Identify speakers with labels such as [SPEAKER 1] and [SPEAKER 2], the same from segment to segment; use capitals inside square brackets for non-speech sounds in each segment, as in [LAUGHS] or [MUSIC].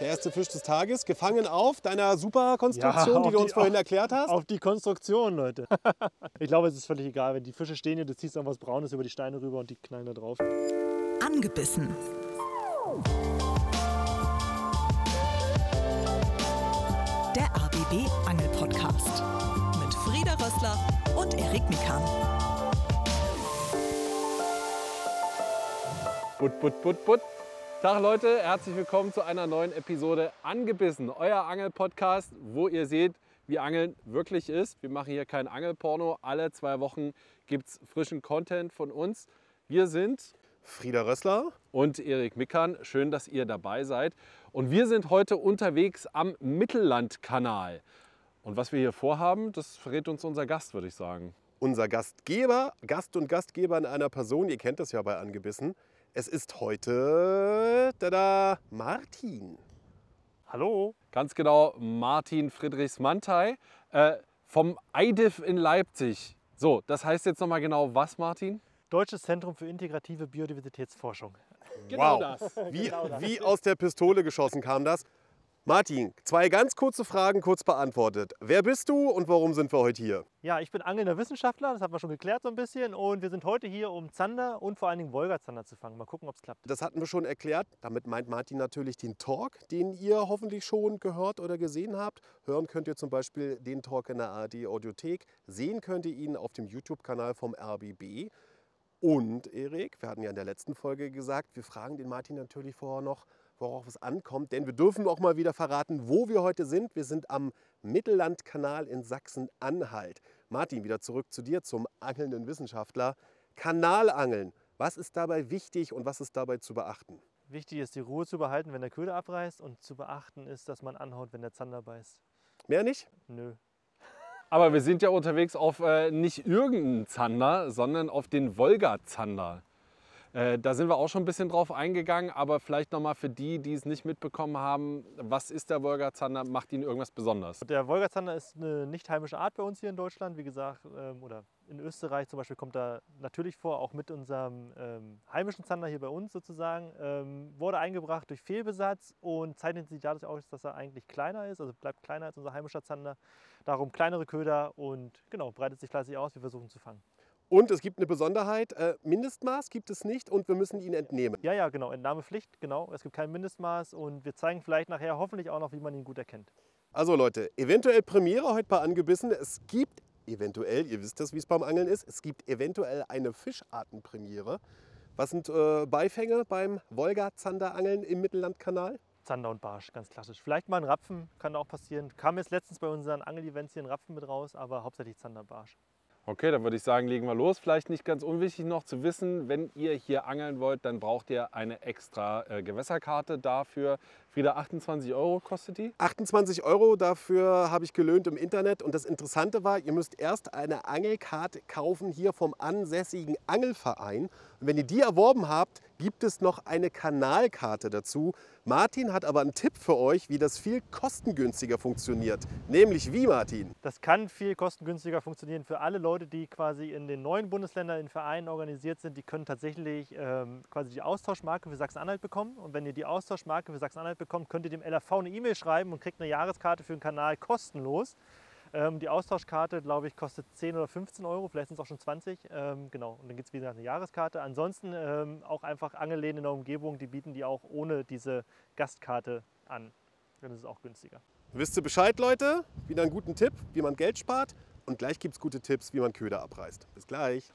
[SPEAKER 1] Der erste Fisch des Tages, gefangen auf deiner Superkonstruktion,
[SPEAKER 2] Ja, auf
[SPEAKER 1] die du
[SPEAKER 2] die-
[SPEAKER 1] uns vorhin erklärt hast.
[SPEAKER 2] Auf die Konstruktion, Leute. [LAUGHS] ich glaube, es ist völlig egal, wenn die Fische stehen hier, du ziehst dann was Braunes über die Steine rüber und die knallen da drauf.
[SPEAKER 3] Angebissen. Der RBB Angel Podcast mit Frieda Rössler und Erik Mikan.
[SPEAKER 4] Butt, butt, butt, butt. Tag Leute, herzlich willkommen zu einer neuen Episode Angebissen, euer Angel-Podcast, wo ihr seht, wie Angeln wirklich ist. Wir machen hier kein Angelporno. Alle zwei Wochen gibt es frischen Content von uns. Wir sind
[SPEAKER 1] Frieda Rössler.
[SPEAKER 4] und Erik Mickern. Schön, dass ihr dabei seid. Und wir sind heute unterwegs am Mittellandkanal. Und was wir hier vorhaben, das verrät uns unser Gast, würde ich sagen.
[SPEAKER 1] Unser Gastgeber, Gast und Gastgeber in einer Person, ihr kennt das ja bei Angebissen. Es ist heute, tada, Martin.
[SPEAKER 2] Hallo?
[SPEAKER 4] Ganz genau, Martin Friedrichs Mantei äh, vom IDIF in Leipzig. So, das heißt jetzt nochmal genau was, Martin?
[SPEAKER 2] Deutsches Zentrum für integrative Biodiversitätsforschung.
[SPEAKER 4] Genau
[SPEAKER 1] wow.
[SPEAKER 4] das.
[SPEAKER 1] Wie, wie aus der Pistole geschossen kam das. Martin, zwei ganz kurze Fragen kurz beantwortet. Wer bist du und warum sind wir heute hier?
[SPEAKER 2] Ja, ich bin angelnder Wissenschaftler, das haben wir schon geklärt so ein bisschen. Und wir sind heute hier, um Zander und vor allen Dingen Wolgazander zu fangen. Mal gucken, ob es klappt.
[SPEAKER 1] Das hatten wir schon erklärt. Damit meint Martin natürlich den Talk, den ihr hoffentlich schon gehört oder gesehen habt. Hören könnt ihr zum Beispiel den Talk in der ARD Audiothek. Sehen könnt ihr ihn auf dem YouTube-Kanal vom RBB. Und Erik, wir hatten ja in der letzten Folge gesagt, wir fragen den Martin natürlich vorher noch, worauf es ankommt. Denn wir dürfen auch mal wieder verraten, wo wir heute sind. Wir sind am Mittellandkanal in Sachsen-Anhalt. Martin, wieder zurück zu dir, zum angelnden Wissenschaftler. Kanalangeln. Was ist dabei wichtig und was ist dabei zu beachten?
[SPEAKER 2] Wichtig ist, die Ruhe zu behalten, wenn der Köder abreißt. Und zu beachten ist, dass man anhaut, wenn der Zander beißt.
[SPEAKER 1] Mehr nicht?
[SPEAKER 2] Nö.
[SPEAKER 4] Aber wir sind ja unterwegs auf äh, nicht irgendeinen Zander, sondern auf den Wolga-Zander. Äh, da sind wir auch schon ein bisschen drauf eingegangen, aber vielleicht nochmal für die, die es nicht mitbekommen haben, was ist der Wolga-Zander, macht ihn irgendwas besonders?
[SPEAKER 2] Der Wolgazander ist eine nicht heimische Art bei uns hier in Deutschland, wie gesagt, ähm, oder in Österreich zum Beispiel kommt er natürlich vor, auch mit unserem ähm, heimischen Zander hier bei uns sozusagen. Ähm, wurde eingebracht durch Fehlbesatz und zeichnet sich dadurch aus, dass er eigentlich kleiner ist, also bleibt kleiner als unser heimischer Zander. Darum kleinere Köder und genau, breitet sich fleißig aus, wir versuchen zu fangen.
[SPEAKER 1] Und es gibt eine Besonderheit, äh, Mindestmaß gibt es nicht und wir müssen ihn entnehmen.
[SPEAKER 2] Ja, ja, genau, Entnahmepflicht, genau, es gibt kein Mindestmaß und wir zeigen vielleicht nachher hoffentlich auch noch, wie man ihn gut erkennt.
[SPEAKER 1] Also Leute, eventuell Premiere heute bei Angebissen. Es gibt eventuell, ihr wisst das, wie es beim Angeln ist, es gibt eventuell eine Fischartenpremiere. Was sind äh, Beifänge beim Wolga-Zanderangeln im Mittellandkanal?
[SPEAKER 2] Zander und Barsch, ganz klassisch. Vielleicht mal ein Rapfen, kann auch passieren. Kam jetzt letztens bei unseren Angel-Events hier ein Rapfen mit raus, aber hauptsächlich Zander und Barsch.
[SPEAKER 4] Okay, dann würde ich sagen, legen wir los. Vielleicht nicht ganz unwichtig noch zu wissen, wenn ihr hier angeln wollt, dann braucht ihr eine extra äh, Gewässerkarte dafür. Frieda, 28 Euro kostet die.
[SPEAKER 1] 28 Euro dafür habe ich gelöhnt im Internet. Und das Interessante war, ihr müsst erst eine Angelkarte kaufen hier vom ansässigen Angelverein. Und wenn ihr die erworben habt, gibt es noch eine Kanalkarte dazu. Martin hat aber einen Tipp für euch, wie das viel kostengünstiger funktioniert. Nämlich wie, Martin?
[SPEAKER 2] Das kann viel kostengünstiger funktionieren für alle Leute, die quasi in den neuen Bundesländern in Vereinen organisiert sind. Die können tatsächlich ähm, quasi die Austauschmarke für Sachsen-Anhalt bekommen. Und wenn ihr die Austauschmarke für Sachsen-Anhalt bekommt, könnt ihr dem LAV eine E-Mail schreiben und kriegt eine Jahreskarte für den Kanal kostenlos. Ähm, die Austauschkarte, glaube ich, kostet 10 oder 15 Euro, vielleicht sind es auch schon 20. Ähm, genau, und dann gibt es wie gesagt eine Jahreskarte. Ansonsten ähm, auch einfach Angelläden in der Umgebung, die bieten die auch ohne diese Gastkarte an. Dann ist es auch günstiger.
[SPEAKER 1] Wisst ihr Bescheid, Leute? Wieder einen guten Tipp, wie man Geld spart. Und gleich gibt es gute Tipps, wie man Köder abreißt. Bis gleich.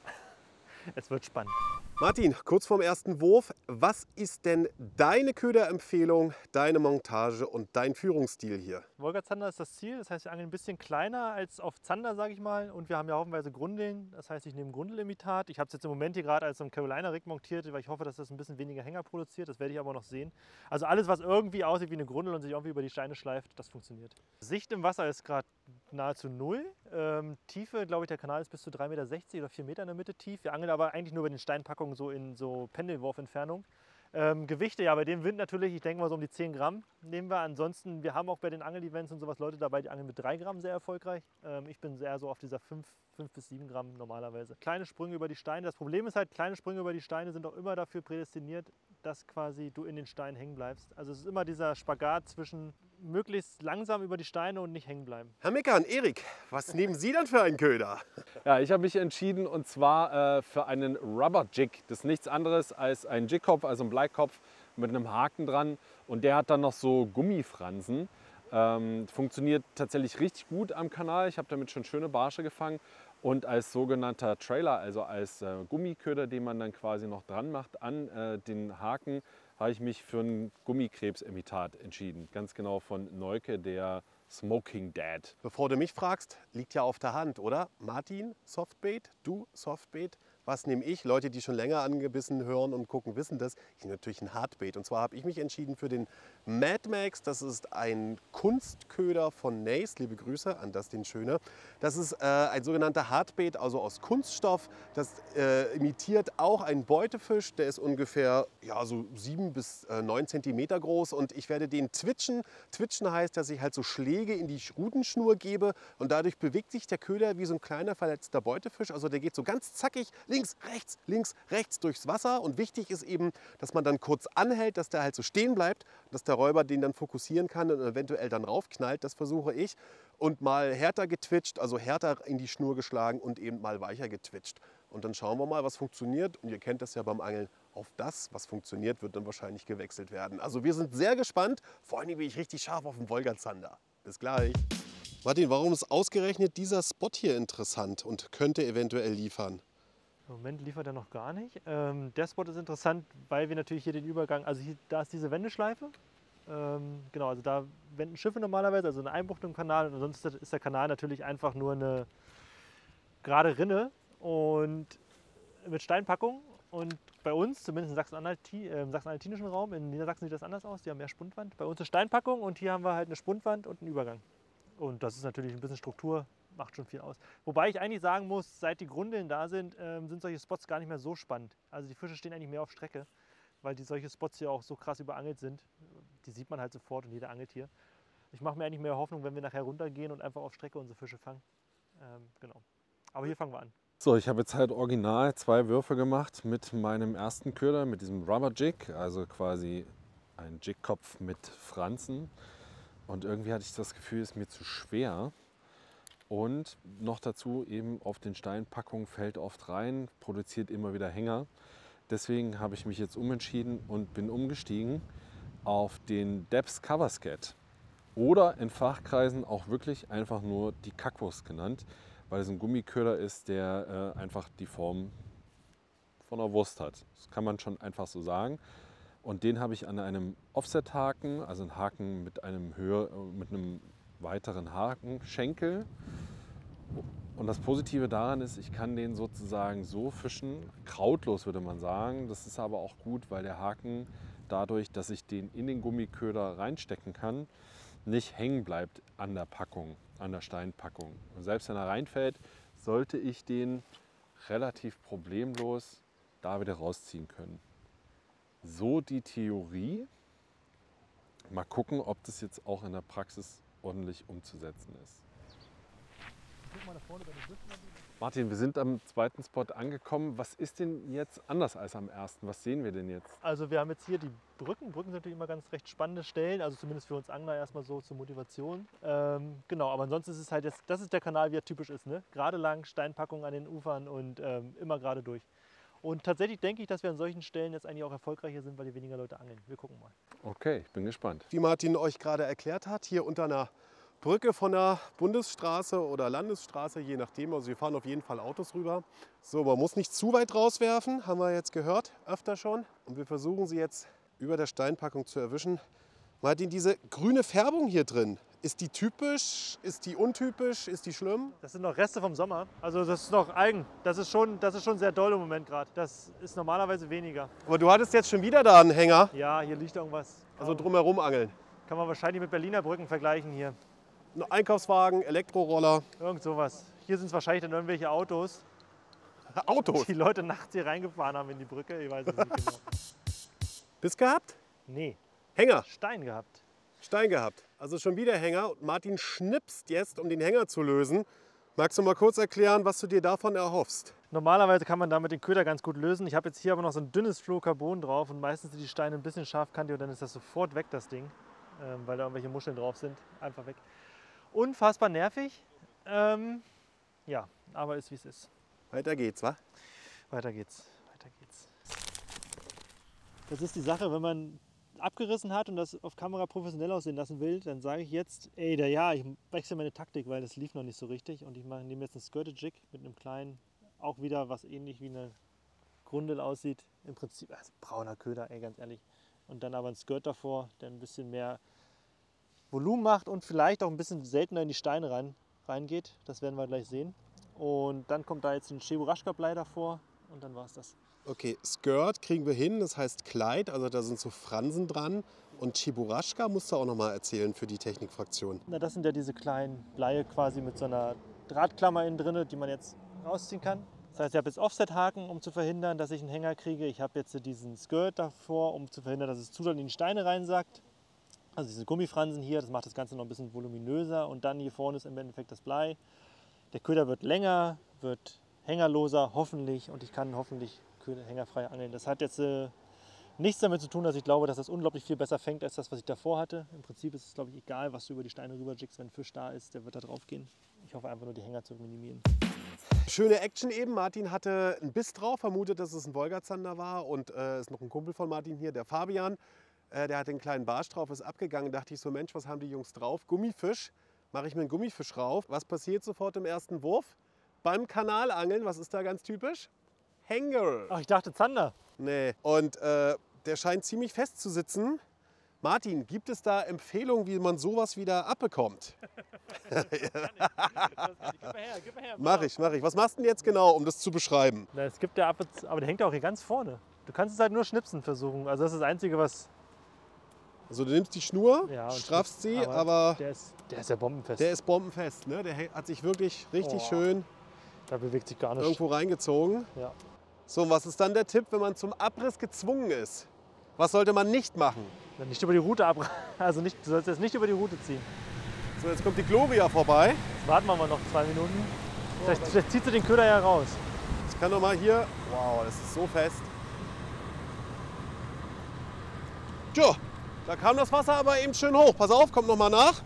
[SPEAKER 2] Es wird spannend.
[SPEAKER 1] Martin, kurz vorm ersten Wurf, was ist denn deine Köderempfehlung, deine Montage und dein Führungsstil hier?
[SPEAKER 2] Wolgazander ist das Ziel, das heißt, wir angeln ein bisschen kleiner als auf Zander, sage ich mal. Und wir haben ja haufenweise Grundeln, das heißt, ich nehme Grundelimitat. Ich habe es jetzt im Moment hier gerade als so ein Carolina-Rig montiert, weil ich hoffe, dass das ein bisschen weniger Hänger produziert. Das werde ich aber noch sehen. Also alles, was irgendwie aussieht wie eine Grundel und sich irgendwie über die Steine schleift, das funktioniert. Sicht im Wasser ist gerade nahezu null. Ähm, Tiefe, glaube ich, der Kanal ist bis zu 3,60 Meter oder 4 Meter in der Mitte tief. Wir angeln aber eigentlich nur über den Steinpackungen so in so Pendelwurfentfernung. Ähm, Gewichte, ja, bei dem Wind natürlich, ich denke mal so um die 10 Gramm nehmen wir. Ansonsten, wir haben auch bei den Angel-Events und sowas Leute dabei, die angeln mit 3 Gramm sehr erfolgreich. Ähm, ich bin sehr so auf dieser 5, 5 bis 7 Gramm normalerweise. Kleine Sprünge über die Steine. Das Problem ist halt, kleine Sprünge über die Steine sind auch immer dafür prädestiniert, dass quasi du in den Steinen hängen bleibst. Also es ist immer dieser Spagat zwischen möglichst langsam über die Steine und nicht hängen bleiben.
[SPEAKER 1] Herr Meckern, Erik, was nehmen Sie dann für einen Köder?
[SPEAKER 4] Ja, ich habe mich entschieden und zwar äh, für einen Rubber Jig. Das ist nichts anderes als ein Jigkopf, also ein Bleikopf mit einem Haken dran. Und der hat dann noch so Gummifransen. Ähm, funktioniert tatsächlich richtig gut am Kanal. Ich habe damit schon schöne Barsche gefangen. Und als sogenannter Trailer, also als äh, Gummiköder, den man dann quasi noch dran macht an äh, den Haken, habe ich mich für ein Gummikrebsimitat entschieden. Ganz genau von Neuke, der Smoking Dad.
[SPEAKER 1] Bevor du mich fragst, liegt ja auf der Hand, oder? Martin, Softbait, du, Softbait. Was nehme ich? Leute, die schon länger angebissen hören und gucken, wissen das. Ich nehme natürlich ein Hardbait. Und zwar habe ich mich entschieden für den Mad Max. Das ist ein Kunstköder von Nace. Liebe Grüße an das den Schöne. Das ist äh, ein sogenannter Hardbait, also aus Kunststoff. Das äh, imitiert auch einen Beutefisch. Der ist ungefähr ja, so 7 bis äh, 9 cm groß. Und ich werde den twitchen. Twitchen heißt, dass ich halt so Schläge in die Rutenschnur gebe. Und dadurch bewegt sich der Köder wie so ein kleiner verletzter Beutefisch. Also der geht so ganz zackig links, rechts, links, rechts durchs Wasser. Und wichtig ist eben, dass man dann kurz anhält, dass der halt so stehen bleibt, dass der Räuber den dann fokussieren kann und eventuell dann raufknallt. Das versuche ich. Und mal härter getwitcht, also härter in die Schnur geschlagen und eben mal weicher getwitcht. Und dann schauen wir mal, was funktioniert. Und ihr kennt das ja beim Angeln. Auf das, was funktioniert, wird dann wahrscheinlich gewechselt werden. Also wir sind sehr gespannt. Vor allem bin ich richtig scharf auf den Wolgazander. Bis gleich. Martin, warum ist ausgerechnet dieser Spot hier interessant und könnte eventuell liefern?
[SPEAKER 2] Im Moment liefert er noch gar nicht. Ähm, der Spot ist interessant, weil wir natürlich hier den Übergang, also hier, da ist diese Wendeschleife. Ähm, genau, also da wenden Schiffe normalerweise, also eine Einbuchtung im Kanal. Und sonst ist der Kanal natürlich einfach nur eine gerade Rinne und mit Steinpackung. Und bei uns, zumindest im Sachsen-Anhalt- äh, im sachsen-anhaltinischen Raum, in Niedersachsen sieht das anders aus, die haben mehr Spundwand. Bei uns ist Steinpackung und hier haben wir halt eine Spundwand und einen Übergang. Und das ist natürlich ein bisschen Struktur, macht schon viel aus. Wobei ich eigentlich sagen muss, seit die Grundeln da sind, ähm, sind solche Spots gar nicht mehr so spannend. Also die Fische stehen eigentlich mehr auf Strecke, weil die solche Spots hier auch so krass überangelt sind. Die sieht man halt sofort und jeder angelt hier. Ich mache mir eigentlich mehr Hoffnung, wenn wir nachher runtergehen und einfach auf Strecke unsere Fische fangen. Ähm, genau. Aber hier fangen wir an.
[SPEAKER 4] So, ich habe jetzt halt original zwei Würfe gemacht mit meinem ersten Köder, mit diesem Rubber Jig, also quasi ein Jigkopf mit Franzen. Und irgendwie hatte ich das Gefühl, ist mir zu schwer. Und noch dazu eben auf den Steinpackungen fällt oft rein, produziert immer wieder Hänger. Deswegen habe ich mich jetzt umentschieden und bin umgestiegen auf den Depth Cover Scat. Oder in Fachkreisen auch wirklich einfach nur die Kakwurst genannt, weil es ein Gummiköder ist, der äh, einfach die Form von der Wurst hat. Das kann man schon einfach so sagen. Und den habe ich an einem Offset-Haken, also einen Haken mit einem, höher, mit einem weiteren Hakenschenkel. Und das Positive daran ist, ich kann den sozusagen so fischen, krautlos würde man sagen. Das ist aber auch gut, weil der Haken dadurch, dass ich den in den Gummiköder reinstecken kann, nicht hängen bleibt an der Packung, an der Steinpackung. Und selbst wenn er reinfällt, sollte ich den relativ problemlos da wieder rausziehen können. So die Theorie. Mal gucken, ob das jetzt auch in der Praxis ordentlich umzusetzen ist. Martin, wir sind am zweiten Spot angekommen. Was ist denn jetzt anders als am ersten? Was sehen wir denn jetzt?
[SPEAKER 2] Also wir haben jetzt hier die Brücken. Brücken sind natürlich immer ganz recht spannende Stellen, also zumindest für uns Angler erstmal so zur Motivation. Ähm, genau, aber ansonsten ist es halt jetzt, das ist der Kanal, wie er typisch ist, ne? Gerade lang, Steinpackung an den Ufern und ähm, immer gerade durch. Und tatsächlich denke ich, dass wir an solchen Stellen jetzt eigentlich auch erfolgreicher sind, weil hier weniger Leute angeln. Wir gucken mal.
[SPEAKER 4] Okay, ich bin gespannt.
[SPEAKER 1] wie Martin euch gerade erklärt hat, hier unter einer Brücke von der Bundesstraße oder Landesstraße, je nachdem. Also wir fahren auf jeden Fall Autos rüber. So, man muss nicht zu weit rauswerfen, haben wir jetzt gehört, öfter schon. Und wir versuchen sie jetzt über der Steinpackung zu erwischen. Martin, diese grüne Färbung hier drin, ist die typisch, ist die untypisch, ist die schlimm?
[SPEAKER 2] Das sind noch Reste vom Sommer. Also das ist noch Algen. Das ist schon, das ist schon sehr doll im Moment gerade. Das ist normalerweise weniger.
[SPEAKER 1] Aber du hattest jetzt schon wieder da einen Hänger,
[SPEAKER 2] Ja, hier liegt irgendwas.
[SPEAKER 1] also
[SPEAKER 2] Kann-
[SPEAKER 1] drumherum angeln.
[SPEAKER 2] Kann man wahrscheinlich mit Berliner Brücken vergleichen hier.
[SPEAKER 1] Ein Einkaufswagen, Elektroroller,
[SPEAKER 2] Irgend sowas. Hier sind es wahrscheinlich dann irgendwelche Autos,
[SPEAKER 1] [LAUGHS] Autos.
[SPEAKER 2] die Leute nachts hier reingefahren haben in die Brücke. Ich weiß es nicht genau.
[SPEAKER 1] Biss gehabt?
[SPEAKER 2] Nee,
[SPEAKER 1] Hänger.
[SPEAKER 2] Stein gehabt.
[SPEAKER 1] Stein gehabt. Also schon wieder Hänger. Und Martin schnipst jetzt, um den Hänger zu lösen. Magst du mal kurz erklären, was du dir davon erhoffst?
[SPEAKER 2] Normalerweise kann man damit den Köder ganz gut lösen. Ich habe jetzt hier aber noch so ein dünnes Fluorocarbon drauf und meistens sind die Steine ein bisschen scharfkantig und dann ist das sofort weg, das Ding, ähm, weil da irgendwelche Muscheln drauf sind. Einfach weg. Unfassbar nervig. Ähm, ja, aber ist wie es ist.
[SPEAKER 1] Weiter geht's, wa?
[SPEAKER 2] Weiter geht's. Weiter geht's. Das ist die Sache, wenn man abgerissen hat und das auf Kamera professionell aussehen lassen will, dann sage ich jetzt, ey, da ja, ich wechsle meine Taktik, weil das lief noch nicht so richtig und ich mache- nehme jetzt einen Skirted Jig mit einem kleinen, auch wieder was ähnlich wie eine Grundel aussieht. Im Prinzip, also brauner Köder, ey, ganz ehrlich. Und dann aber ein Skirt davor, der ein bisschen mehr Volumen macht und vielleicht auch ein bisschen seltener in die Steine rein, reingeht. Das werden wir gleich sehen. Und dann kommt da jetzt ein Cheburashka-Blei davor und dann war es das.
[SPEAKER 1] Okay, Skirt kriegen wir hin, das heißt Kleid, also da sind so Fransen dran. Und Chiburaschka musst du auch noch mal erzählen für die Technikfraktion.
[SPEAKER 2] Na, das sind ja diese kleinen Bleie quasi mit so einer Drahtklammer innen drin, die man jetzt rausziehen kann. Das heißt, ich habe jetzt Offset-Haken, um zu verhindern, dass ich einen Hänger kriege. Ich habe jetzt diesen Skirt davor, um zu verhindern, dass es zu doll in die Steine reinsackt. Also diese Gummifransen hier, das macht das Ganze noch ein bisschen voluminöser. Und dann hier vorne ist im Endeffekt das Blei. Der Köder wird länger, wird hängerloser, hoffentlich. Und ich kann hoffentlich Köder- hängerfrei angeln. Das hat jetzt äh, nichts damit zu tun, dass ich glaube, dass das unglaublich viel besser fängt als das, was ich davor hatte. Im Prinzip ist es, glaube ich, egal, was du über die Steine rüberjiggst. Wenn ein Fisch da ist, der wird da drauf gehen. Ich hoffe einfach nur, die Hänger zu minimieren.
[SPEAKER 1] Schöne Action eben. Martin hatte einen Biss drauf, vermutet, dass es ein Wolgazander war. Und äh, ist noch ein Kumpel von Martin hier, der Fabian. Äh, der hat den kleinen Barsch drauf, ist abgegangen. Dachte ich so, Mensch, was haben die Jungs drauf? Gummifisch. Mache ich mir einen Gummifisch rauf. Was passiert sofort im ersten Wurf? Beim Kanalangeln, was ist da ganz typisch? Hänger.
[SPEAKER 2] Ach, ich dachte Zander.
[SPEAKER 1] Nee. Und äh, der scheint ziemlich fest zu sitzen. Martin, gibt es da Empfehlungen, wie man sowas wieder abbekommt?
[SPEAKER 2] Gib mal her, gib mal her.
[SPEAKER 1] Mach ich, mach ich. Was machst du denn jetzt genau, um das zu beschreiben?
[SPEAKER 2] Na, es gibt ja ab und zu, aber der hängt ja auch hier ganz vorne. Du kannst es halt nur schnipsen versuchen. Also das ist das Einzige, was...
[SPEAKER 1] Also du nimmst die Schnur,
[SPEAKER 2] Ja, und
[SPEAKER 1] straffst sie,
[SPEAKER 2] schnipst.
[SPEAKER 1] aber, der,
[SPEAKER 2] Der ist, der ist ja bombenfest.
[SPEAKER 1] ist bombenfest. Ne? Der hä- hat sich wirklich richtig
[SPEAKER 2] Oh,
[SPEAKER 1] schön
[SPEAKER 2] da bewegt sich gar nichts.
[SPEAKER 1] irgendwo reingezogen.
[SPEAKER 2] Ja.
[SPEAKER 1] So, und was ist dann der Tipp, wenn man zum Abriss gezwungen ist? Was sollte man nicht machen?
[SPEAKER 2] Dann Nicht über die Route ab. [LAUGHS] Also nicht, du sollst jetzt nicht über die Route ziehen.
[SPEAKER 1] So, jetzt kommt die Gloria vorbei.
[SPEAKER 2] Jetzt warten wir mal noch zwei Minuten. Vielleicht, vielleicht zieht sie den Köder ja raus.
[SPEAKER 1] Ich kann noch mal hier. Wow, das ist so fest. Tja, da kam das Wasser aber eben schön hoch. Pass auf, kommt noch mal nach.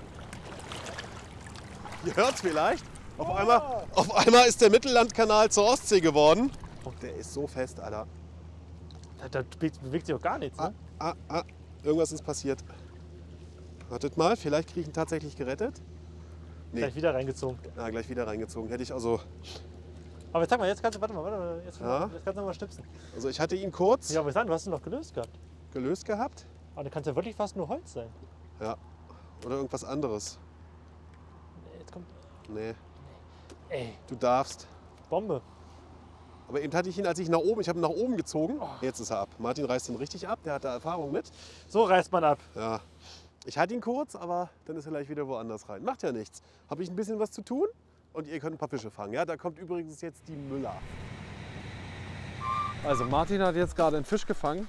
[SPEAKER 1] Ihr hört's vielleicht. Auf, einmal, auf einmal ist der Mittellandkanal zur Ostsee geworden. Oh, der ist so fest, Alter.
[SPEAKER 2] Da, da bewegt bewegt sich auch gar nichts.
[SPEAKER 1] Ah,
[SPEAKER 2] Ne?
[SPEAKER 1] ah, ah. Irgendwas ist passiert. Wartet mal, vielleicht kriege ich ihn tatsächlich gerettet. nee.
[SPEAKER 2] Vielleicht wieder reingezogen.
[SPEAKER 1] Na, gleich wieder reingezogen. Hätte ich also.
[SPEAKER 2] Aber jetzt sag mal, jetzt kannst du, warte mal, warte mal, jetzt,
[SPEAKER 1] Ja?
[SPEAKER 2] jetzt kannst du nochmal schnipsen.
[SPEAKER 1] Also ich hatte ihn kurz
[SPEAKER 2] Ja, aber ich sag, du hast ihn noch gelöst gehabt.
[SPEAKER 1] gelöst gehabt.
[SPEAKER 2] Aber dann kannst ja wirklich fast nur Holz sein.
[SPEAKER 1] Ja. Oder irgendwas anderes.
[SPEAKER 2] Nee, Jetzt kommt,
[SPEAKER 1] Nee,
[SPEAKER 2] ey,
[SPEAKER 1] du darfst.
[SPEAKER 2] Bombe.
[SPEAKER 1] Aber eben hatte ich ihn, als ich nach oben, ich habe ihn nach oben gezogen. Jetzt ist er ab. Martin reißt ihn richtig ab, der hat da Erfahrung mit.
[SPEAKER 2] So reißt man ab.
[SPEAKER 1] Ja. Ich hatte ihn kurz, aber dann ist er gleich wieder woanders rein. Macht ja nichts. Habe ich ein bisschen was zu tun und ihr könnt ein paar Fische fangen. Ja, da kommt übrigens jetzt die Müller.
[SPEAKER 4] Also Martin hat jetzt gerade einen Fisch gefangen.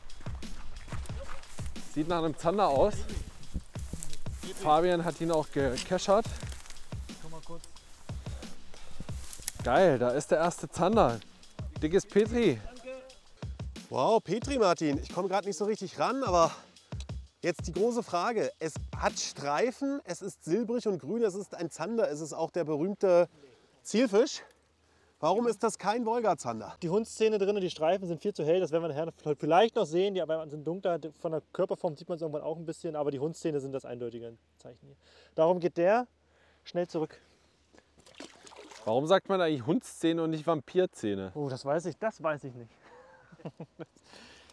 [SPEAKER 4] Sieht nach einem Zander aus. Fabian hat ihn auch gekeschert. Geil, da ist der erste Zander. Dickes Petri.
[SPEAKER 1] Wow, Petri Martin, ich komme gerade nicht so richtig ran, aber jetzt die große Frage. Es hat Streifen, es ist silbrig und grün, es ist ein Zander, es ist auch der berühmte Zielfisch. Warum ist das kein Wolga-Zander?
[SPEAKER 2] Die Hundszene drinnen, die Streifen sind viel zu hell, das werden wir nachher vielleicht noch sehen. Die aber sind dunkler, von der Körperform sieht man es irgendwann auch ein bisschen, aber die Hundszene sind das eindeutige Zeichen hier. Darum geht der schnell zurück.
[SPEAKER 4] Warum sagt man eigentlich Hundszene und nicht Vampirzähne?
[SPEAKER 2] Oh, das weiß ich, das weiß ich nicht.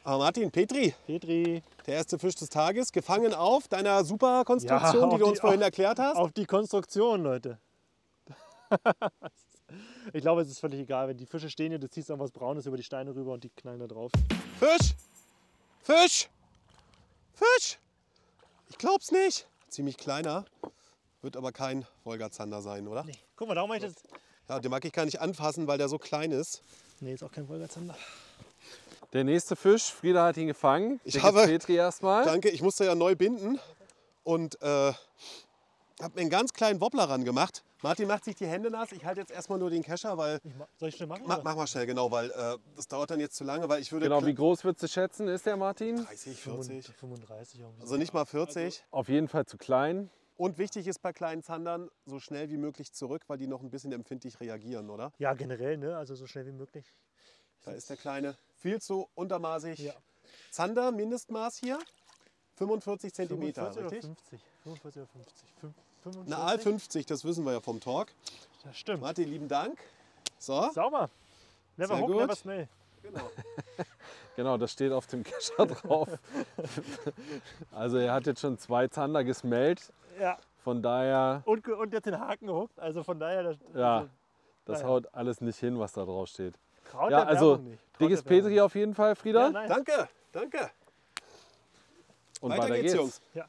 [SPEAKER 1] Aber Martin, Petri,
[SPEAKER 2] Petri,
[SPEAKER 1] Der erste Fisch des Tages, gefangen auf deiner Superkonstruktion,
[SPEAKER 2] Ja,
[SPEAKER 1] die
[SPEAKER 2] auf
[SPEAKER 1] du uns
[SPEAKER 2] die-
[SPEAKER 1] vorhin
[SPEAKER 2] auf-
[SPEAKER 1] erklärt hast.
[SPEAKER 2] auf die Konstruktion, Leute. [LAUGHS] ich glaube, es ist völlig egal, wenn die Fische stehen hier, du ziehst irgendwas Braunes über die Steine rüber und die knallen da drauf.
[SPEAKER 1] Fisch! Fisch! Fisch! Ich glaub's nicht. Ziemlich kleiner. Wird aber kein Wolgazander sein, oder?
[SPEAKER 2] Guck mal, darum mache ich das.
[SPEAKER 1] Ja, den mag ich gar nicht anfassen, weil der so klein ist.
[SPEAKER 2] Nee, ist auch kein Wolgazander.
[SPEAKER 4] Der nächste Fisch, Frieda hat ihn gefangen.
[SPEAKER 1] Ich
[SPEAKER 4] Dickes
[SPEAKER 1] habe-
[SPEAKER 4] Petri erstmal.
[SPEAKER 1] Danke, ich musste ja neu binden. Und äh, Hab mir einen ganz kleinen Wobbler ran gemacht. Martin macht sich die Hände nass. Ich halte jetzt erstmal nur den Kescher, weil.
[SPEAKER 2] Ich ma- Soll ich schnell machen?
[SPEAKER 1] Ma,
[SPEAKER 2] oder?
[SPEAKER 1] mach mal schnell, genau, weil äh, das dauert dann jetzt zu lange, weil ich würde.
[SPEAKER 4] Genau, wie groß würdest du schätzen, ist der Martin?
[SPEAKER 1] 30, 40.
[SPEAKER 2] 35 irgendwie.
[SPEAKER 1] Also nicht mal 40.
[SPEAKER 4] Auf jeden Fall zu klein.
[SPEAKER 1] Und wichtig ist bei kleinen Zandern, so schnell wie möglich zurück, weil die noch ein bisschen empfindlich reagieren, oder?
[SPEAKER 2] Ja, generell, ne? Also so schnell wie möglich.
[SPEAKER 1] Da ist der kleine viel zu untermaßig.
[SPEAKER 2] Ja.
[SPEAKER 1] Zander, Mindestmaß hier, 45 cm,
[SPEAKER 2] 45 oder
[SPEAKER 1] richtig?
[SPEAKER 2] 50? 45 oder 50? Fünf- 45?
[SPEAKER 1] Eine Aal 50, das wissen wir ja vom Talk.
[SPEAKER 2] Das stimmt.
[SPEAKER 1] Martin, lieben Dank. So,
[SPEAKER 2] Sauber. Never
[SPEAKER 1] Sehr
[SPEAKER 2] hope,
[SPEAKER 1] gut.
[SPEAKER 2] never smell.
[SPEAKER 1] genau.
[SPEAKER 4] Genau, das steht auf dem [LAUGHS] Kescher drauf. also er hat jetzt schon zwei Zander gesmellt.
[SPEAKER 2] Ja.
[SPEAKER 4] Von daher,
[SPEAKER 2] Und, ge- und jetzt den Haken gehuckt. Also von daher, das,
[SPEAKER 4] ja,
[SPEAKER 2] also,
[SPEAKER 4] das
[SPEAKER 2] naja.
[SPEAKER 4] haut alles nicht hin, was da drauf steht.
[SPEAKER 2] traut
[SPEAKER 4] Ja,
[SPEAKER 2] der
[SPEAKER 4] also
[SPEAKER 2] Werbung nicht. Traut
[SPEAKER 4] dickes
[SPEAKER 2] der Werbung
[SPEAKER 4] Petri auf jeden Fall, Frieda.
[SPEAKER 2] nicht. Ja, nice.
[SPEAKER 1] Danke, danke.
[SPEAKER 4] Und
[SPEAKER 1] Weiter geht's, Jungs.
[SPEAKER 2] Ja.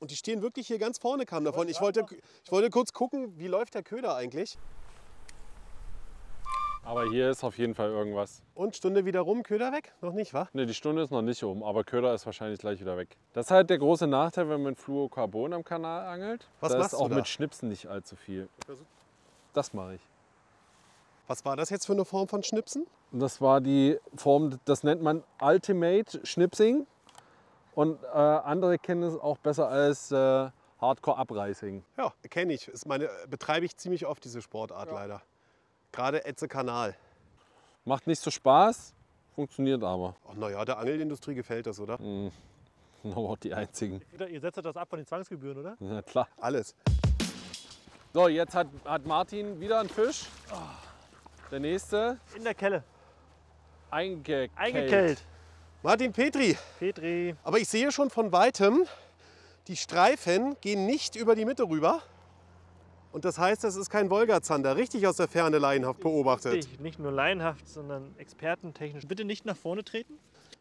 [SPEAKER 1] Und die stehen wirklich hier ganz vorne, kam davon. Ich wollte, ich wollte kurz gucken, wie läuft der Köder eigentlich.
[SPEAKER 4] Aber hier ist auf jeden Fall irgendwas.
[SPEAKER 1] Und Stunde wieder rum, Köder weg? Noch nicht, wa?
[SPEAKER 4] Ne, die Stunde ist noch nicht um, aber Köder ist wahrscheinlich gleich wieder weg. Das ist halt der große Nachteil, wenn man mit Fluorocarbon am Kanal angelt.
[SPEAKER 1] Was
[SPEAKER 4] da
[SPEAKER 1] machst
[SPEAKER 4] ist
[SPEAKER 1] du
[SPEAKER 4] auch
[SPEAKER 1] da?
[SPEAKER 4] mit Schnipsen nicht allzu viel. Das mache ich.
[SPEAKER 1] Was war das jetzt für eine Form von Schnipsen?
[SPEAKER 4] Und das war die Form, das nennt man Ultimate Schnipsing. Und äh, andere kennen es auch besser als äh, Hardcore Uprising.
[SPEAKER 1] Ja, kenne ich. Ist meine, betreibe ich ziemlich oft diese Sportart leider. Gerade Etze Kanal.
[SPEAKER 4] Macht nicht so Spaß, funktioniert aber. [LAUGHS]
[SPEAKER 1] Ach, na ja, der Angelindustrie gefällt das, oder?
[SPEAKER 4] Sind aber auch die einzigen. [LAUGHS]
[SPEAKER 2] Oder Ihr setzt das ab von den Zwangsgebühren, oder?
[SPEAKER 4] Na klar.
[SPEAKER 1] Alles.
[SPEAKER 4] So, jetzt hat, hat Martin wieder einen Fisch. Der nächste
[SPEAKER 2] In der Kelle.
[SPEAKER 4] eingekelt.
[SPEAKER 2] Eingekellt.
[SPEAKER 1] Martin Petri,
[SPEAKER 2] Petri.
[SPEAKER 1] aber ich sehe schon von weitem, die Streifen gehen nicht über die Mitte rüber. Und das heißt, das ist kein Wolgazander, richtig aus der Ferne laienhaft beobachtet.
[SPEAKER 2] Richtig. Nicht nur laienhaft, sondern expertentechnisch. Bitte nicht nach vorne treten.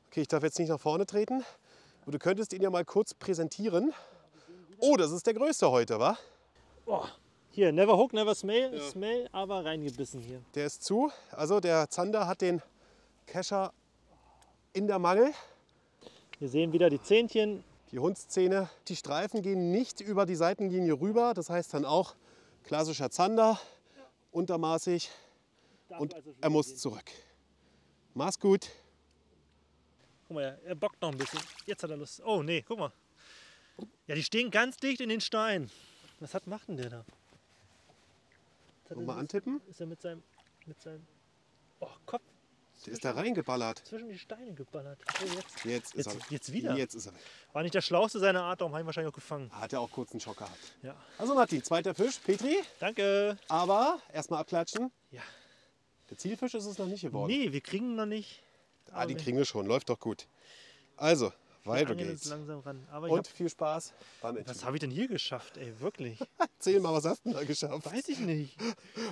[SPEAKER 1] Okay, ich darf jetzt nicht nach vorne treten. Aber du könntest ihn ja mal kurz präsentieren. Oh, das ist der größte heute, wa?
[SPEAKER 2] Boah. Hier, never hook, never smell. Smell, aber reingebissen hier.
[SPEAKER 1] Der ist zu. Also der Zander hat den Kescher in der Mangel.
[SPEAKER 2] Wir sehen wieder die Zähnchen.
[SPEAKER 1] Die Hundszene. Die Streifen gehen nicht über die Seitenlinie rüber. Das heißt dann auch klassischer Zander, untermaßig und er muss zurück. Mach's gut.
[SPEAKER 2] Guck mal, er bockt noch ein bisschen. Jetzt hat er Lust. Oh, nee, guck mal. Ja, die stehen ganz dicht in den Stein. Was hat, macht denn der da? Was hat er-
[SPEAKER 1] Nochmal antippen.
[SPEAKER 2] Ist er mit seinem, mit seinem oh, Kopf
[SPEAKER 1] Der ist da reingeballert.
[SPEAKER 2] zwischen die Steine geballert? Oh, jetzt.
[SPEAKER 1] Jetzt ist
[SPEAKER 2] Jetzt-
[SPEAKER 1] er
[SPEAKER 2] jetzt wieder?
[SPEAKER 1] Jetzt ist er weg.
[SPEAKER 2] War nicht der Schlauste seiner Art, darum habe ich ihn wahrscheinlich auch gefangen.
[SPEAKER 1] Hat er auch kurz einen Schock gehabt.
[SPEAKER 2] Ja.
[SPEAKER 1] Also Martin, zweiter Fisch. Petri,
[SPEAKER 2] Danke.
[SPEAKER 1] aber erstmal abklatschen.
[SPEAKER 2] Ja.
[SPEAKER 1] Der Zielfisch ist es noch nicht geworden.
[SPEAKER 2] Nee, wir kriegen ihn noch nicht.
[SPEAKER 1] Ah, die kriegen wir schon. Läuft doch gut. Also, weiter
[SPEAKER 2] Angeln uns
[SPEAKER 1] geht's.
[SPEAKER 2] langsam ran. Aber ich
[SPEAKER 1] Und
[SPEAKER 2] hab,
[SPEAKER 1] viel Spaß beim
[SPEAKER 2] was
[SPEAKER 1] Interview.
[SPEAKER 2] habe ich denn hier geschafft, ey? Wirklich?
[SPEAKER 1] Erzähl mal, was hast du denn da geschafft?
[SPEAKER 2] Weiß ich nicht.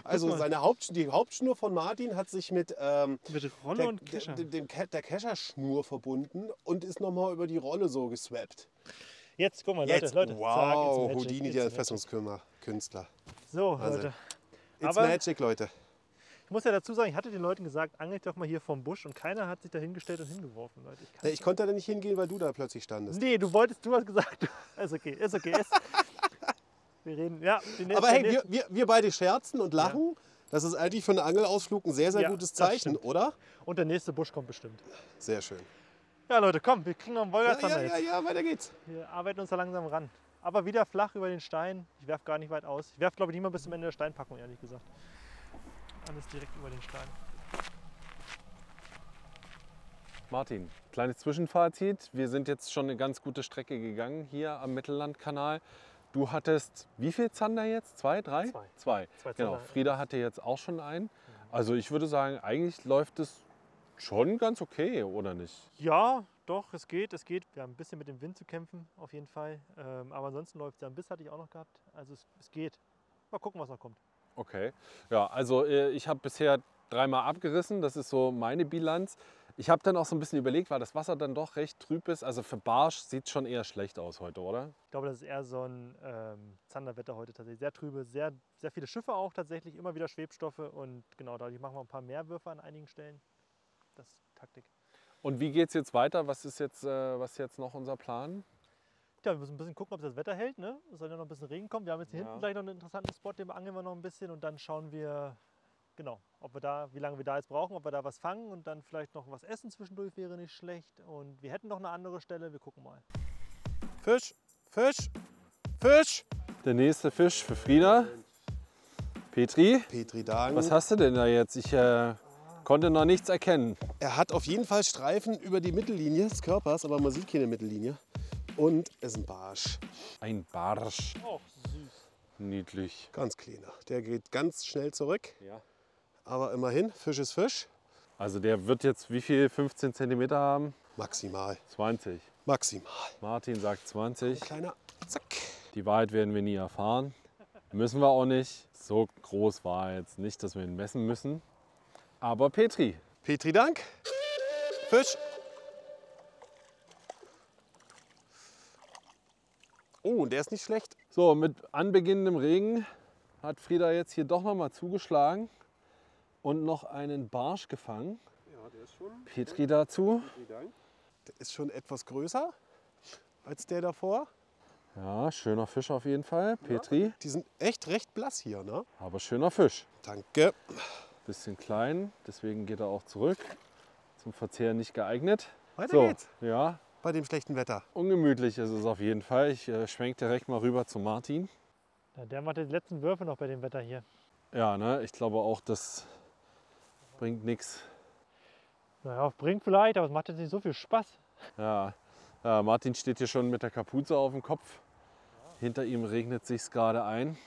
[SPEAKER 1] Also
[SPEAKER 2] mal.
[SPEAKER 1] seine Haupt, die Hauptschnur von Martin hat sich mit ähm,
[SPEAKER 2] Mit Rolle
[SPEAKER 1] der,
[SPEAKER 2] und Kescher.
[SPEAKER 1] der, dem Ke- der Kescherschnur verbunden und ist nochmal über die Rolle so geswappt.
[SPEAKER 2] Jetzt, guck mal, Leute,
[SPEAKER 1] Jetzt,
[SPEAKER 2] Leute. zack, jetzt ein
[SPEAKER 1] wow, Houdini,
[SPEAKER 2] Hatcheck, jetzt
[SPEAKER 1] der
[SPEAKER 2] ein Hatcheck.
[SPEAKER 1] Entfesselungskünstler. Künstler.
[SPEAKER 2] So,
[SPEAKER 1] Wahnsinn.
[SPEAKER 2] Leute.
[SPEAKER 1] It's
[SPEAKER 2] Aber-
[SPEAKER 1] magic, Leute.
[SPEAKER 2] Ich muss ja dazu sagen, ich hatte den Leuten gesagt, angelt doch mal hier vom Busch und keiner hat sich da hingestellt und hingeworfen, Leute. Ich kann Also,
[SPEAKER 1] Nee, Äh, Ich konnte da nicht hingehen, weil du da plötzlich standest.
[SPEAKER 2] Nee, du wolltest, du hast gesagt, [LAUGHS] ist okay, ist okay. Ist, wir reden, ja. Die nächste,
[SPEAKER 1] Aber hey,
[SPEAKER 2] die
[SPEAKER 1] wir,
[SPEAKER 2] nächste-
[SPEAKER 1] wir, wir beide scherzen und lachen. Das ist eigentlich für einen Angelausflug ein sehr, sehr
[SPEAKER 2] Ja,
[SPEAKER 1] gutes
[SPEAKER 2] das
[SPEAKER 1] Zeichen,
[SPEAKER 2] stimmt.
[SPEAKER 1] oder?
[SPEAKER 2] Und der nächste Busch kommt bestimmt.
[SPEAKER 1] Sehr schön.
[SPEAKER 2] Ja, Leute, komm, wir kriegen noch einen
[SPEAKER 1] Ja,
[SPEAKER 2] Wolgazander
[SPEAKER 1] ja, ja,
[SPEAKER 2] jetzt.
[SPEAKER 1] ja, weiter geht's.
[SPEAKER 2] Wir arbeiten uns da langsam ran. Aber wieder flach über den Stein. Ich werf gar nicht weit aus. Ich werf, glaube ich, nicht mal bis zum Ende der Steinpackung, ehrlich gesagt. Alles direkt über den Stein.
[SPEAKER 4] Martin, kleines Zwischenfazit. Wir sind jetzt schon eine ganz gute Strecke gegangen hier am Mittellandkanal. Du hattest wie viel Zander jetzt? Zwei, drei?
[SPEAKER 2] Zwei.
[SPEAKER 4] Zwei.
[SPEAKER 2] Zwei
[SPEAKER 4] genau.
[SPEAKER 2] Zander.
[SPEAKER 4] Frieda hatte jetzt auch schon einen. Also ich würde sagen, eigentlich läuft es schon ganz okay, oder nicht?
[SPEAKER 2] Ja, doch, es geht, es geht. Wir haben ein bisschen mit dem Wind zu kämpfen, auf jeden Fall. Ähm, aber ansonsten läuft es. Einen Biss hatte ich auch noch gehabt. Also es, es geht. Mal gucken, was noch kommt.
[SPEAKER 4] Okay. Ja, also äh, ich habe bisher dreimal abgerissen. Das ist so meine Bilanz. Ich habe dann auch so ein bisschen überlegt, weil das Wasser dann doch recht trüb ist. Also für Barsch sieht es schon eher schlecht aus heute, oder?
[SPEAKER 2] Ich glaube, das ist eher so ein ähm, Zanderwetter heute tatsächlich. Sehr trübe, sehr, sehr viele Schiffe auch tatsächlich, immer wieder Schwebstoffe und genau dadurch machen wir ein paar mehr Würfe an einigen Stellen. Das ist Taktik.
[SPEAKER 4] Und wie geht es jetzt weiter? Was ist jetzt, äh, was ist jetzt noch unser Plan?
[SPEAKER 2] guckt ja, wir müssen ein bisschen gucken, ob das Wetter hält. Ne? Es soll ja noch ein bisschen Regen kommen. Wir haben jetzt hier
[SPEAKER 4] Ja.
[SPEAKER 2] hinten gleich noch einen interessanten Spot, den angeln wir noch ein bisschen und dann schauen wir, genau, ob wir da, wie lange wir da jetzt brauchen, ob wir da was fangen und dann vielleicht noch was essen zwischendurch wäre nicht schlecht. Und wir hätten noch eine andere Stelle, wir gucken mal.
[SPEAKER 1] Fisch, Fisch, Fisch.
[SPEAKER 4] Der nächste Fisch für Frieda. Petri,
[SPEAKER 1] Petri Dagen.
[SPEAKER 4] was hast du denn da jetzt? Ich äh, konnte noch nichts erkennen.
[SPEAKER 1] Er hat auf jeden Fall Streifen über die Mittellinie des Körpers, aber man sieht keine Mittellinie. Und ist ein Barsch.
[SPEAKER 4] Ein Barsch.
[SPEAKER 2] Oh, süß.
[SPEAKER 4] Niedlich.
[SPEAKER 1] Ganz kleiner. Der geht ganz schnell zurück.
[SPEAKER 4] Ja.
[SPEAKER 1] Aber immerhin, Fisch ist Fisch.
[SPEAKER 4] Also der wird jetzt wie viel? 15 cm haben?
[SPEAKER 1] Maximal.
[SPEAKER 4] 20.
[SPEAKER 1] Maximal.
[SPEAKER 4] Martin sagt 20.
[SPEAKER 1] Kleiner. Zack.
[SPEAKER 4] Die Wahrheit werden wir nie erfahren. Müssen wir auch nicht. So groß war er jetzt nicht, dass wir ihn messen müssen. Aber Petri,
[SPEAKER 1] Petri Dank. Fisch. Oh, und der ist nicht schlecht.
[SPEAKER 4] So, mit anbeginnendem Regen hat Frieda jetzt hier doch nochmal zugeschlagen und noch einen Barsch gefangen. Petri dazu.
[SPEAKER 1] Der ist schon etwas größer als der davor.
[SPEAKER 4] Ja, schöner Fisch auf jeden Fall. Petri,
[SPEAKER 1] Die sind echt recht blass hier, ne?
[SPEAKER 4] aber schöner Fisch.
[SPEAKER 1] Danke.
[SPEAKER 4] Bisschen klein, deswegen geht er auch zurück. Zum Verzehr nicht geeignet.
[SPEAKER 1] Weiter
[SPEAKER 4] So,
[SPEAKER 1] geht's.
[SPEAKER 4] ja,
[SPEAKER 1] Bei dem schlechten Wetter.
[SPEAKER 4] ungemütlich ist es auf jeden Fall. Ich äh, schwenk direkt mal rüber zu Martin.
[SPEAKER 2] Ja, der macht die letzten Würfe noch bei dem Wetter hier.
[SPEAKER 4] Ja, ne, ich glaube auch, das bringt nichts.
[SPEAKER 2] Naja, bringt vielleicht, aber es macht jetzt nicht so viel Spaß.
[SPEAKER 4] Ja. ja, Martin steht hier schon mit der Kapuze auf dem Kopf. Hinter ihm regnet sich's gerade ein.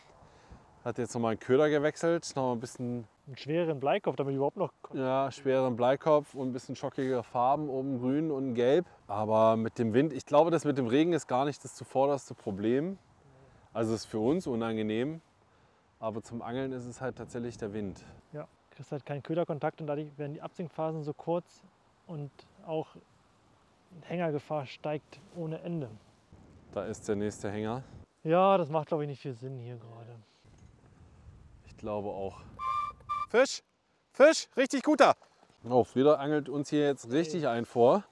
[SPEAKER 4] Hat jetzt nochmal einen Köder gewechselt, nochmal ein bisschen
[SPEAKER 2] Einen schwereren Bleikopf, damit ich überhaupt noch
[SPEAKER 4] ja, schweren Bleikopf und ein bisschen schockige Farben, oben grün und gelb. Aber mit dem Wind, ich glaube, das mit dem Regen ist gar nicht das zuvorderste Problem. Also es ist für uns unangenehm, aber zum Angeln ist es halt tatsächlich der Wind.
[SPEAKER 2] Ja, kriegst halt keinen Köderkontakt und dadurch werden die Absinkphasen so kurz und auch Hängergefahr steigt ohne Ende.
[SPEAKER 4] Da ist der nächste Hänger.
[SPEAKER 2] Ja, das macht glaube ich nicht viel Sinn hier gerade.
[SPEAKER 4] Ich glaube auch.
[SPEAKER 1] Fisch. Fisch. Richtig guter.
[SPEAKER 4] Oh, Frieda angelt uns hier jetzt richtig ein vor.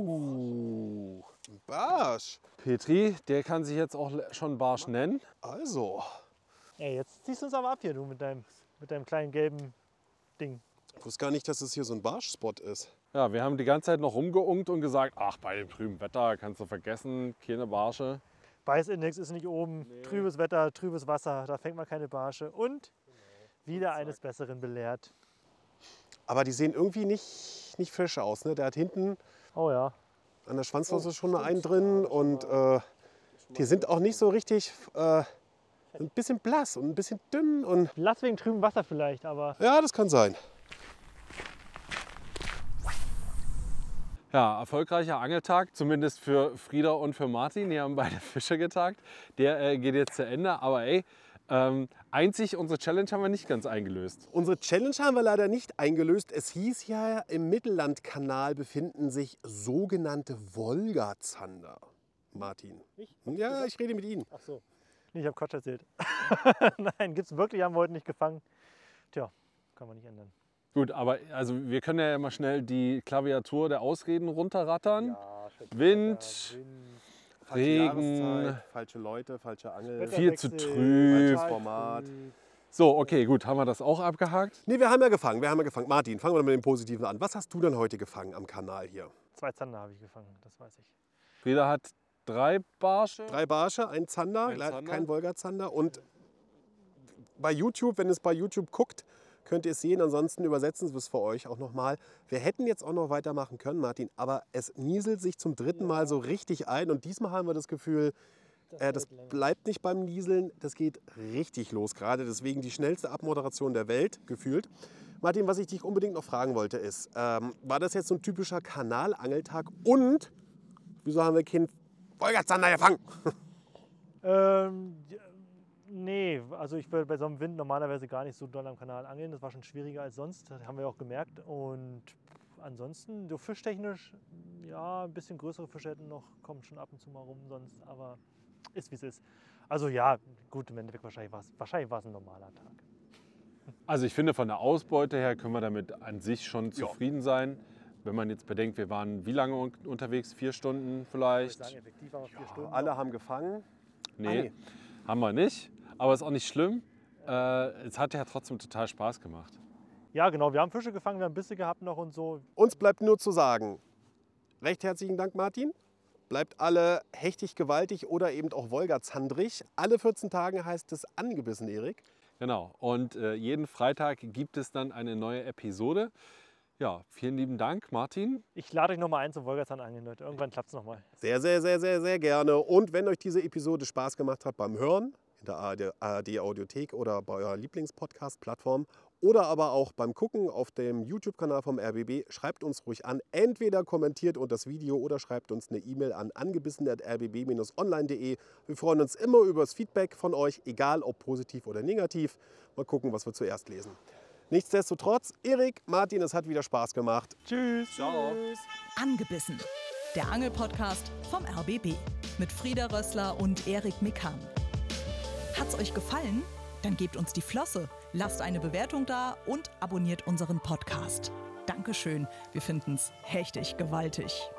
[SPEAKER 1] Uhu. Ein Barsch.
[SPEAKER 4] Petri, der kann sich jetzt auch le- schon Barsch nennen.
[SPEAKER 1] Also,
[SPEAKER 2] Ey, jetzt ziehst du uns aber ab hier, du mit deinem, mit deinem kleinen gelben Ding.
[SPEAKER 1] ich wusste gar nicht, dass es hier so ein Barschspot ist.
[SPEAKER 4] Ja, wir haben die ganze Zeit noch rumgeunkt und gesagt, ach, bei dem trüben Wetter kannst du vergessen, keine Barsche.
[SPEAKER 2] Beißindex ist nicht oben, trübes Wetter, trübes Wasser, da fängt man keine Barsche und wieder eines Besseren belehrt.
[SPEAKER 1] Aber die sehen irgendwie nicht, nicht frisch aus. Ne? Der hat hinten
[SPEAKER 2] Oh ja,
[SPEAKER 1] an der Schwanzflosse schon einen drin und äh, die sind auch nicht so richtig, äh, ein bisschen blass und ein bisschen dünn und
[SPEAKER 2] lass wegen trübem Wasser vielleicht, aber
[SPEAKER 1] ja, das kann sein.
[SPEAKER 4] Ja, erfolgreicher Angeltag, zumindest für Frieda und für Martin. Die haben beide [LAUGHS] Fische getagt. Der äh, geht jetzt zu Ende, aber ey, ähm, einzig unsere Challenge haben wir nicht ganz eingelöst.
[SPEAKER 1] Unsere Challenge haben wir leider nicht eingelöst. Es hieß ja, im Mittellandkanal befinden sich sogenannte Wolgazander. Martin. Hm? Ja, ich rede mit Ihnen.
[SPEAKER 2] ach so. Nee, ich habe Quatsch erzählt. [LAUGHS] Nein, gibt's wirklich, haben wir heute nicht gefangen. Tja, kann man nicht ändern.
[SPEAKER 4] Gut, aber also wir können ja mal schnell die Klaviatur der Ausreden runterrattern. Wind, Regen,
[SPEAKER 1] falsche Leute, falsche Angel.
[SPEAKER 2] Wetter-
[SPEAKER 4] viel zu
[SPEAKER 2] Wechsel,
[SPEAKER 4] trüb.
[SPEAKER 1] Format.
[SPEAKER 4] So, okay, gut, haben wir das auch abgehakt.
[SPEAKER 1] Nee, wir haben ja gefangen, wir haben ja gefangen. Martin, fangen wir mit dem Positiven an. Was hast du denn heute gefangen am Kanal hier?
[SPEAKER 2] Zwei Zander habe ich gefangen, das weiß ich.
[SPEAKER 4] Frieda hat drei Barsche.
[SPEAKER 1] Drei Barsche, ein Zander,
[SPEAKER 4] Ein
[SPEAKER 1] leider
[SPEAKER 4] Zander.
[SPEAKER 1] kein Wolga-Zander. Und bei YouTube, wenn es bei YouTube guckt, könnt ihr es sehen. Ansonsten übersetzen wir es für euch auch nochmal. Wir hätten jetzt auch noch weitermachen können, Martin, aber es nieselt sich zum dritten Mal so richtig ein. Und diesmal haben wir das Gefühl, das, äh, das bleibt nicht beim Nieseln, das geht richtig los gerade. Deswegen die schnellste Abmoderation der Welt, gefühlt. Martin, was ich dich unbedingt noch fragen wollte, ist, ähm, war das jetzt so ein typischer Kanalangeltag und wieso haben wir keinen Wolgazander gefangen?
[SPEAKER 2] Ähm, ja, nee, also ich würde bei so einem Wind normalerweise gar nicht so doll am Kanal angeln. Das war schon schwieriger als sonst, das haben wir auch gemerkt. Und ansonsten, so fischtechnisch, ja, ein bisschen größere Fische hätten noch, kommen schon ab und zu mal rum sonst, aber ist wie es ist. Also ja, gut, im Endeffekt wahrscheinlich war es wahrscheinlich war's ein normaler Tag.
[SPEAKER 4] Also ich finde, von der Ausbeute her können wir damit an sich schon zufrieden sein. Wenn man jetzt bedenkt, wir waren wie lange un unterwegs? Vier Stunden vielleicht?
[SPEAKER 2] sagen, effektiv waren wir vier Stunden.
[SPEAKER 1] Alle haben gefangen.
[SPEAKER 4] Nee,
[SPEAKER 1] nee.
[SPEAKER 4] haben wir nicht. Aber ist auch nicht schlimm. Äh, es hat ja trotzdem total Spaß gemacht.
[SPEAKER 2] Ja, genau. Wir haben Fische gefangen, wir haben Bisse gehabt noch und so.
[SPEAKER 1] Uns bleibt nur zu sagen, recht herzlichen Dank, Martin. Bleibt alle hechtig gewaltig oder eben auch wolgazandrig. Alle 14 Tage heißt es angebissen, Erik.
[SPEAKER 4] Genau. Und äh, jeden Freitag gibt es dann eine neue Episode. Ja, vielen lieben Dank, Martin.
[SPEAKER 2] Ich lade euch nochmal ein zum Wolgazahn angeln, Leute. Irgendwann klappt es nochmal.
[SPEAKER 1] Sehr, sehr, sehr, sehr, sehr gerne. Und wenn euch diese Episode Spaß gemacht hat beim Hören, in der ARD, ARD Audiothek oder bei eurer Lieblingspodcast-Plattform oder aber auch beim Gucken auf dem YouTube-Kanal vom RBB, schreibt uns ruhig an. Entweder kommentiert unter das Video oder schreibt uns eine E-Mail an angebissen.rbb-online.de. E. Wir freuen uns immer über das Feedback von euch, egal ob positiv oder negativ. Mal gucken, was wir zuerst lesen. Nichtsdestotrotz, Erik, Martin, es hat wieder Spaß gemacht.
[SPEAKER 2] Tschüss.
[SPEAKER 3] Angebissen. Der Angelpodcast vom RBB mit Frieda Rössler und Erik Mikan. Hat's euch gefallen? Dann gebt uns die Flosse, lasst eine Bewertung da und abonniert unseren Podcast. Dankeschön, wir finden's hechtig gewaltig.